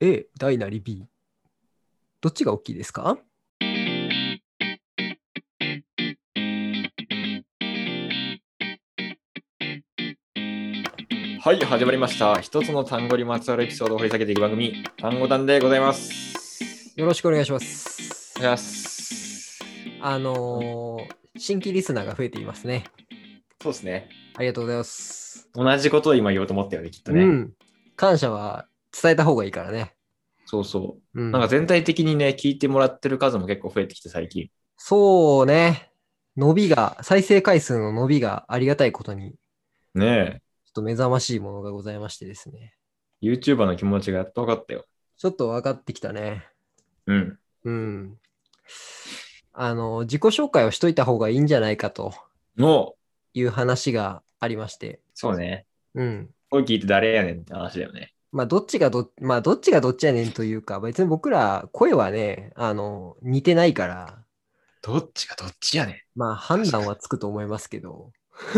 A、大なり B。どっちが大きいですかはい、始まりました。一つの単語にまつわるエピソードを掘り下げていく番組、単語団でございます。よろしくお願いしますお。願いします。あのー新規リスナーが増えていますね。そうですね。ありがとうございます。同じことを今言おうと思ったよね、きっとね。うん。感謝は伝えた方がいいからね。そうそうう。ん。なんか全体的にね、聞いてもらってる数も結構増えてきて最近。そうね。伸びが、再生回数の伸びがありがたいことに、ちょねっと目覚ましいものがございましてですね。え、YouTuber の気持ちがやっと分かったよ。ちょっと分かってきたね。うん。うん。あの、自己紹介をしといた方がいいんじゃないかともう、いう話がありまして。そうね。うん。これ聞いて誰やねんって話だよね。まあ、どっちがど、まあ、どっちがどっちやねんというか、別に僕ら声はね、あの、似てないから、どっちがどっちやねん。まあ、判断はつくと思いますけど。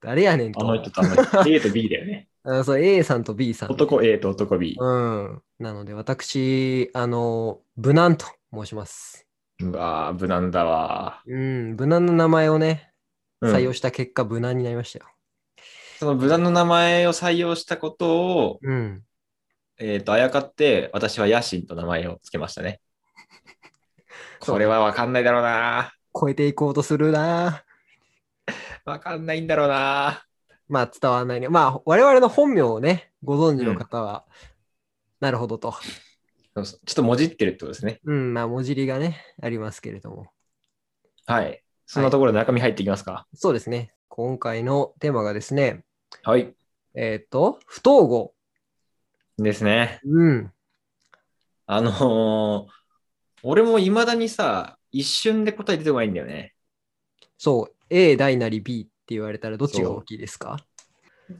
誰やねんと。あの人とあの人。A と B だよ ね。あそう、A さんと B さん。男 A と男 B。うん。なので、私、あの、無難と申します。うわぁ、無難だわ。うん、無難の名前をね、うん採用した結果、無難になりましたよ。その無難の名前を採用したことを、うん。えっ、と、あやかって、私は野心と名前をつけました ね。これはわかんないだろうな。超えていこうとするなわかんないんだろうな。まあ、伝わらないね。まあ、我々の本名をね、ご存知の方は、なるほどと。そうそうちょっともじってるってことですね。うん、まあ、文字りがね、ありますけれども。はい。そんなところで中身入っていきますか。そうですね。今回のテーマがですね、はい。えっ、と、不統合。ですね。うん。あのー俺も未だにさ、一瞬で答え出てこないんだよね。そう、A 大なり B って言われたら、どっちが大きいですか。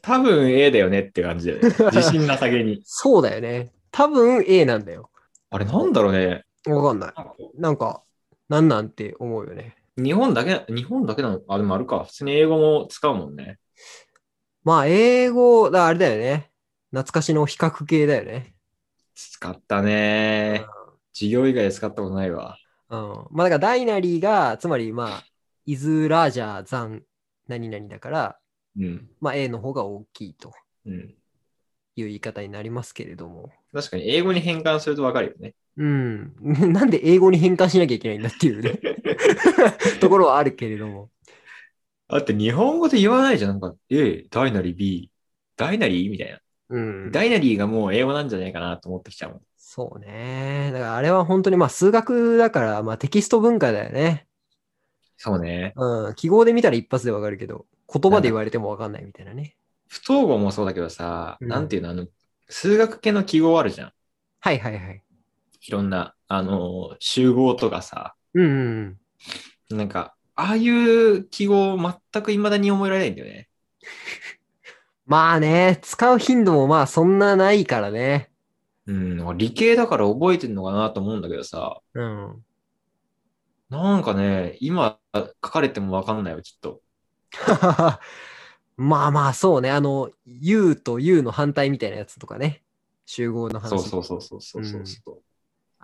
多分 A だよねって感じだよね。自信なさげにそうだよね。多分 A なんだよ。 あれなんだろうね。わかんない。なんか、なんなんて思うよね。日本だけ、日本だけなのあ、でもあるか。普通に英語も使うもんね。まあ、英語、だあれだよね。懐かしの比較系だよね。使ったね。授業以外で使ったことないわ。うん。まあ、だから、ダイナリーが、つまり、まあ、イズラージャーザン何々だから、うん。まあ、A の方が大きいとうん。いう言い方になりますけれども。確かに英語に変換するとわかるよね。うん。 なんで英語に変換しなきゃいけないんだっていう ねところはあるけれども。だって日本語で言わないじゃん。なんか、A、ダイナリー、B、ダイナリーみたいな。うん。ダイナリーがもう英語なんじゃないかなと思ってきちゃうもん。そうね。だからあれは本当にまあ数学だから、まあテキスト文化だよね。そうね。うん。記号で見たら一発でわかるけど、言葉で言われてもわかんないみたいなね。不統合もそうだけどさ、うんなんていうの、あの、数学系の記号あるじゃん。はいはいはい。いろんな、あのー、集合とかさ、うんうんなんか、ああいう記号全く未だに覚えられないんだよね。まあね、使う頻度もまあそんなないからね。うん、理系だから覚えてんのかなと思うんだけどさ、うん。 なんかね、今書かれてもわかんないよ、きっと。まあまあそうね。あの、U と U の反対みたいなやつとかね。集合の話そうそうそうそうそうそうそう。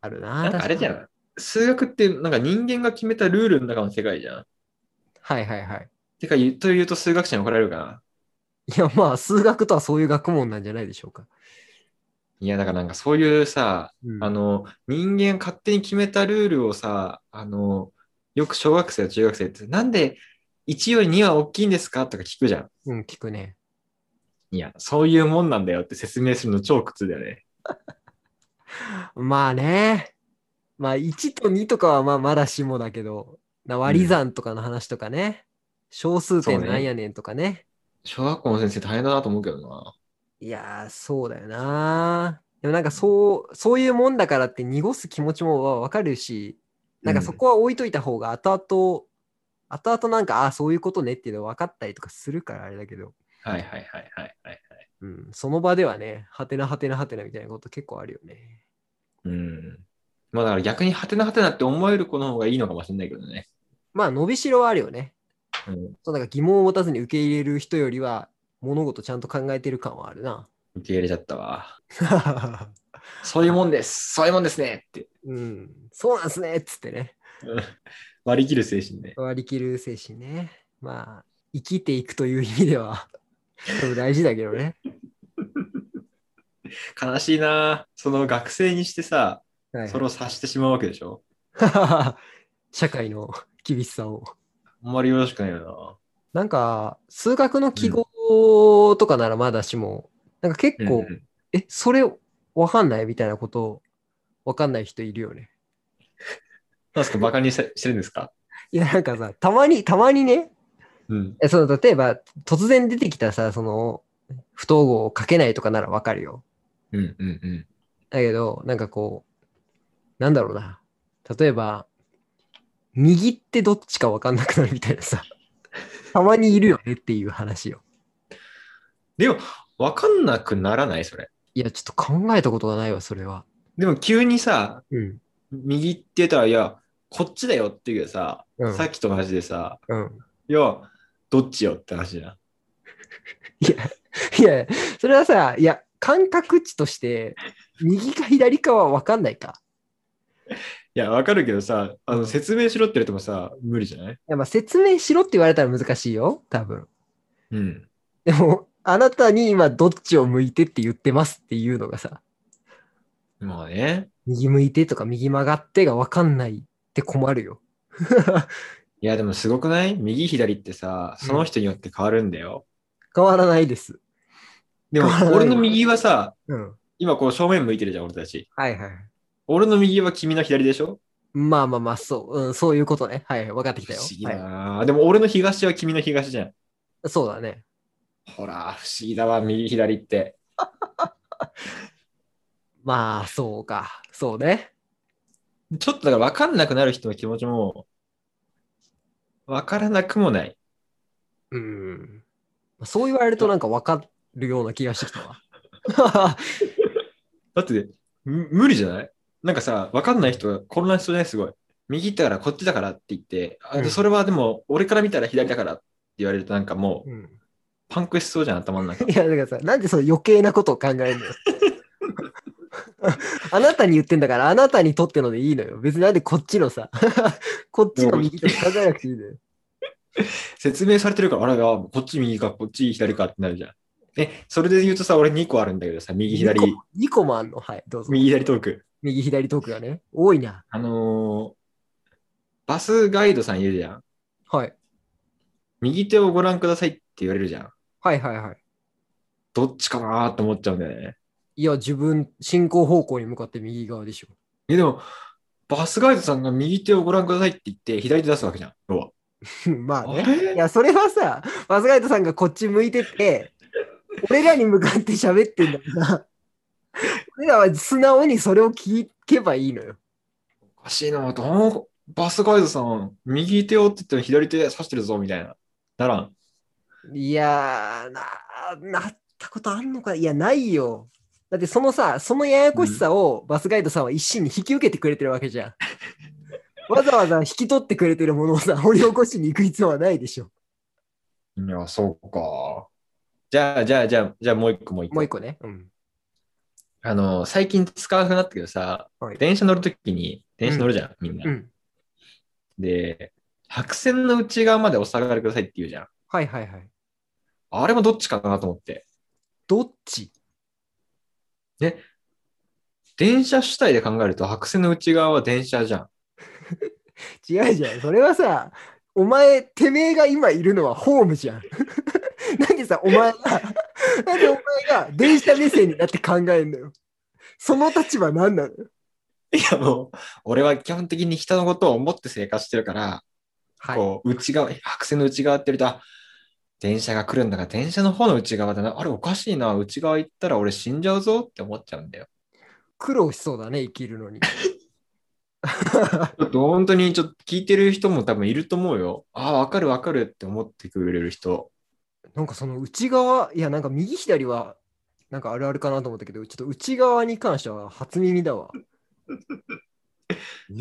あるな。なんかあれじゃ確かにん。数学ってなんか人間が決めたルールの中の世界じゃん。はいはいはい。てか言うと言うと数学者に怒られるかな。いやまあ数学とはそういう学問なんじゃないでしょうか。いやだからなんかそういうさ、うんあの人間勝手に決めたルールをさ、あのよく小学生や中学生ってなんで1より2は大きいんですかとか聞くじゃん。うん、聞くね。いや、そういうもんなんだよって説明するの超苦痛だよね。まあね。まあ1と2とかはまあまだしもだけど、な割り算とかの話とかね。小数点そうねなんやねんとかね。小学校の先生大変だなと思うけどな。いやー、そうだよな。でもなんかそう、そういうもんだからって濁す気持ちもわかるし、なんかそこは置いといた方が後々、後々なんか、ああ、そういうことねっていうの分かったりとかするからあれだけど、はいはいはいはいはい。うん、その場ではね、はてなはてなはてなみたいなこと結構あるよね。うん。まあだから逆にハテナハテナって思える子の方がいいのかもしれないけどね。まあ、伸びしろはあるよね。うんそうなんか疑問を持 たずに受け入れる人よりは物事ちゃんと考えてる感はあるな。受け入れちゃったわ。そういうもんです。そういうもんですねって。うん、そうなんすねっつってね。割り切る精神ね。割り切る精神ね。まあ、生きていくという意味では、でも大事だけどね。悲しいなその学生にしてさ、はいそれを察してしまうわけでしょ。 社会の厳しさを。あんまりよろしくないよなんか、数学の記号とかならまだしも、なんか結な。構、うんえ、それわかんないみたいなこと、わかんない人いるよね。なんすか、バカにさしてるんですかいや、なんかさ、たまに、たまにね、うん。えその例えば、突然出てきたさ、その、不統合を書けないとかならわかるよ。うんうんうん。だけど、なんかこう、なんだろうな。例えば、右ってどっちかわかんなくなるみたいなさ、たまにいるよねっていう話よ。でも、わかんなくならないそれ。いや、ちょっと考えたことがないわ、それは。でも急にさ、うん。右って言ったら、いや、こっちだよっていうさ、うんさっきと同じでさ、うん。いや、どっちよって話じゃん。いや、いや、それはさ、いや、感覚値として、右か左かはわかんないか。いや、わかるけどさ、あうんの説明しろって言われてもさ、無理じゃないいや、まあ、説明しろって言われたら難しいよ、多分。うん。 でも、あなたに今どっちを向いてって言ってますっていうのがさ、まあね。右向いてとか右曲がってがわかんないって困るよ。 いや、でもすごくない右左ってさ、その人によって変わるんだよ。変わらないです。でも変わらない、俺の右はさ、うん。今こう正面向いてるじゃん、俺たち。はいはい。俺の右は君の左でしょまあまあまあ、そう、うん、そういうことね。はい、分かってき不たよ。思議だはな、でも俺の東は君の東じゃん。いそうだね。ほら、不思議だわ、右左って。まあ、そうか。そうね。ちょっとだから分かんなくなる人の気持ちも、分からなくもない。うん。そう言われるとなんか分かるような気がしてきた わ。だって、む無理じゃないなんかさ、分かんない人が混乱しそうじゃないすごい。右だからこっちだからって言って、あうんそれはでも俺から見たら左だからって言われるとなんかもううん、パンクしそうじゃん、頭の中。いや、だからさ、なんでその余計なことを考えるの よ。あなたに言ってんだから、あなたにとってのでいいのよ。別になんでこっちのさ、 こっちの右とか考えなくていいのよ。説明されてるから、あれがこっち右かこっち左かってなるじゃん。え、それで言うとさ、俺2個あるんだけどさ、右左、 2個。二個もあんの。はい、どうぞ。右左トーク。右左トークがね。多いな。あのーバスガイドさんいるじゃん。はい。右手をご覧くださいって言われるじゃん。はいはいはい。どっちかなーって思っちゃうんだよね。いや、自分、進行方向に向かって右側でしょ。 え、でも、バスガイドさんが右手をご覧くださいって言って、左手出すわけじゃん。要はまあね。あれいや、それはさ、バスガイドさんがこっち向いてて、俺らに向かって喋ってんだ から、俺らは素直にそれを聞けばいいのよ。おかしいな、どうバスガイドさん、右手をって言っても左手指してるぞ、みたいな。ならん。いやー、な、なったことあんのかいや、ないよ。だってそのさ、そのややこしさをバスガイドさんは一心に引き受けてくれてるわけじゃ ん。わざわざ引き取ってくれてるものをさ、掘り起こしに行く必要はないでしょ。いや、そうか。じゃあ、じゃあ、じゃあ、じゃあもう一個、もう一個。もう一個ね。うん。あの、最近使わなくなったけどさ、はい電車乗るときに、電車乗るじゃん、みんな。うん。で、白線の内側までお下がりくださいって言うじゃん。はいはいはい。あれもどっちかなと思って。どっち電車主体で考えると、白線の内側は電車じゃん。違うじゃん。それはさ、お前、てめえが今いるのはホームじゃん。 なんでさ、お前が、なんでお前が電車目線になって考えんのよ。その立場何なのよ。いや、もう、俺は基本的に人のことを思って生活してるから、はい。こう、内側、白線の内側って言うと、あ電車が来るんだから、電車の方の内側だな。あれおかしいな。内側行ったら俺死んじゃうぞって思っちゃうんだよ。苦労しそうだね、生きるのに。ちょっと本当にちょっと聞いてる人も多分いると思うよ。ああ、わかるわかるって思ってくれる人。なんかその内側、いや、なんか右左は、なんかあるあるかなと思ったけど、ちょっと内側に関しては初耳だわ。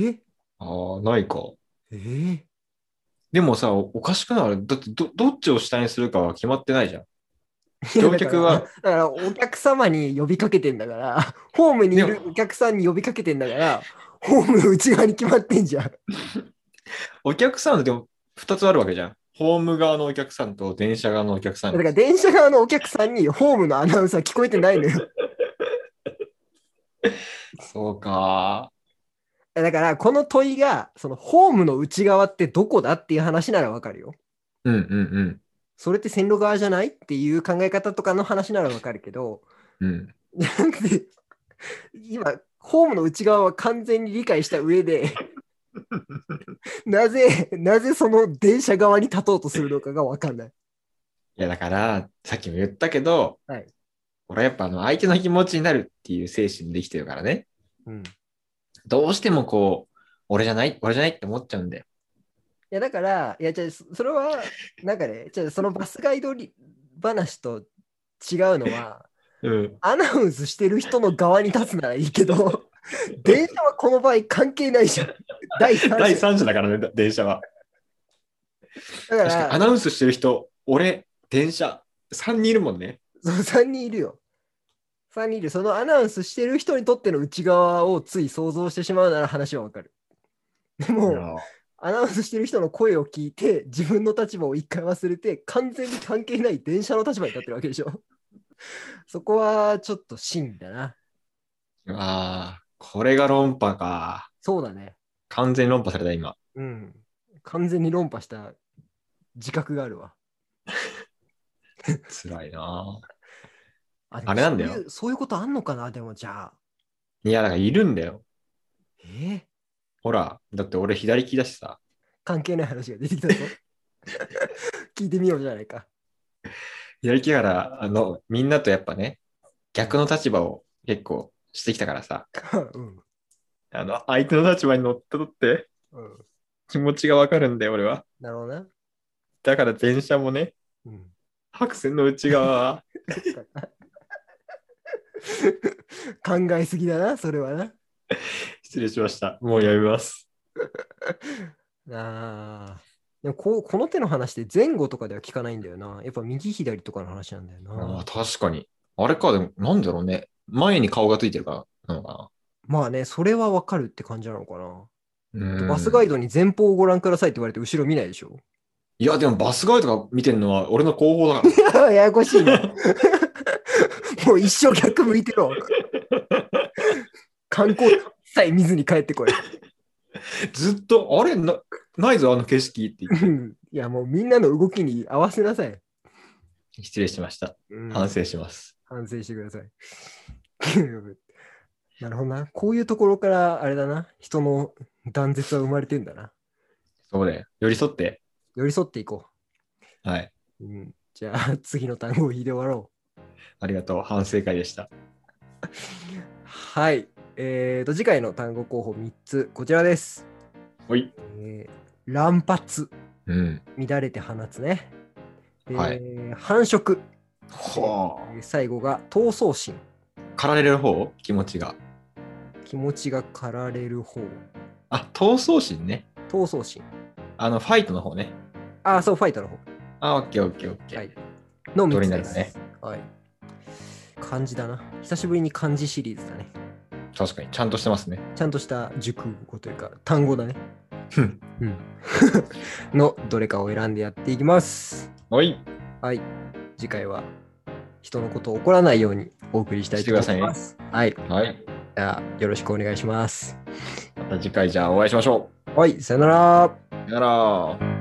えああ、ないか。えーでもさ、おおかしくないだってど、どっちを主体にするかは決まってないじゃん。乗客だはから、だからお客様に呼びかけてんだから、ホームにいるお客さんに呼びかけてんだから、ホームの内側に決まってんじゃん。お客さんのでも2つあるわけじゃん。ホーム側のお客さんと電車側のお客さんだ。から電車側のお客さんにホームのアナウンサー聞こえてないのよ。そうか。だからこの問いが、そのホームの内側ってどこだっていう話ならわかるよ。うんうんそれって線路側じゃないっていう考え方とかの話ならわかるけど、うん。うん。じゃなくて今、ホームの内側は完全に理解した上で、なぜ、なぜその電車側に立とうとするのかがわかんない。いやだから、さっきも言ったけど、はい俺はやっぱあの相手の気持ちになるっていう精神できてるからね。うん、いどうしてもこう、俺じゃない、俺じゃないって思っちゃうんだよ。や、だから、いや、じゃあそそれは、なんかね、じゃあそのバスガイドり話と違うのは、うん。アナウンスしてる人の側に立つならいいけ ど、電車はこの場合関係ないじゃん。第三者第三者だからね、だ電車は。だか確かにアら、ナウンスしてる人、俺、電車、3人いるもんね。そう3人いるよ。3人いる。そのアナウンスしてる人にとっての内側をつい想像してしまうなら話はわかる。でも、アナウンスしてる人の声を聞いて、自分の立場を一回忘れて、完全に関係ない電車の立場に立ってるわけでしょ。 そこはちょっと真だな。ああ、これが論破か。そうだね。完全に論破された、今。うん。完全に論破した自覚があるわ。辛いな。ああれなんだよでもそういうそういうことあんのかな、でもじゃあ。いや、だからいるんだよ。えーほら、だって俺左利きだしさ。関係ない話が出てき たぞ。聞いてみようじゃないか。左利きだから、あの、みんなとやっぱね、逆の立場を結構してきたからさ。 うん。あの、相手の立場に乗ったとってうん。気持ちがわかるんだよ、俺は。なるほどな。だから電車もね、うん。白線の内側は 考えすぎだな、それはな。失礼しました。もうやめます。ああ。でもこうこの手の話って前後とかでは聞かないんだよな。やっぱ右左とかの話なんだよああ、な。確かに。あれか、でも、なんだろうね。前に顔がついてるから、なのかまあね、それはわかるって感じなのかな。な。バスガイドに前方をご覧くださいって言われて後ろ見ないでしょ。いや、でもバスガイドが見てるのは俺の後方だか ら。ややこしい な。もう一生逆向いてろ。 観光地さえ見ずに帰ってこい。ずっと、あれなないぞ、あの景色って言っうて。んいやもうみんなの動きに合わせなさい。失礼しました。うん反省します。反省してください。 なるほどな。こういうところからあれだな。人の断絶は生まれてんだな。そうで、寄り添って。寄り添っていこはい。う。うん、じゃあ次の単語を言いで終わろありがとう。反省会でした。う。はい。えーと、次回の単語候補3つ、こちらです。ほい。えー乱発、うん。乱れて放つね。ではい繁殖、はえー最後が闘争心、あ。駆られる方気持ちが。気持ちが駆られる方、あ、闘争心ね。闘争心。あの、ファイトの方ね。あー、そう、ファイトの方。あ、オッケーオッケーオッケー。はいのど3れつになるでかす。ねはい。漢字だな。久しぶりに漢字シリーズだね。確かに、ちゃんとしてますね。ちゃんとした熟語というか単語だね。うんうん。 のどれかを選んでやっていきます。ほい。はい。次回は人のことを怒らないようにお送りしたいと思います。はい。はい。じゃあよろしくお願いします。また次回じゃあお会いしましょはい。さよなら。う。さよなら。